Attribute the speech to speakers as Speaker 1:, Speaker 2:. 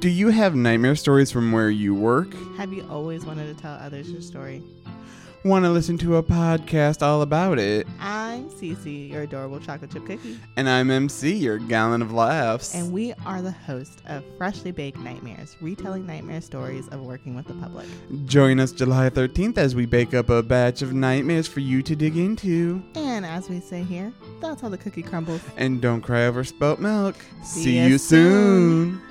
Speaker 1: do you have nightmare stories from where you work?
Speaker 2: Have you always wanted to tell others your story?
Speaker 1: Want to listen to a podcast all about it?
Speaker 2: I'm Cece, your adorable chocolate chip cookie,
Speaker 1: And I'm MC, your gallon of laughs.
Speaker 2: and we are the host of Freshly Baked Nightmares, retelling nightmare stories of working with the public.
Speaker 1: Join us July 13th as we bake up a batch of nightmares for you to dig into.
Speaker 2: And as we say here, that's how the cookie crumbles.
Speaker 1: And don't cry over spilt milk.
Speaker 2: See ya soon.
Speaker 1: soon.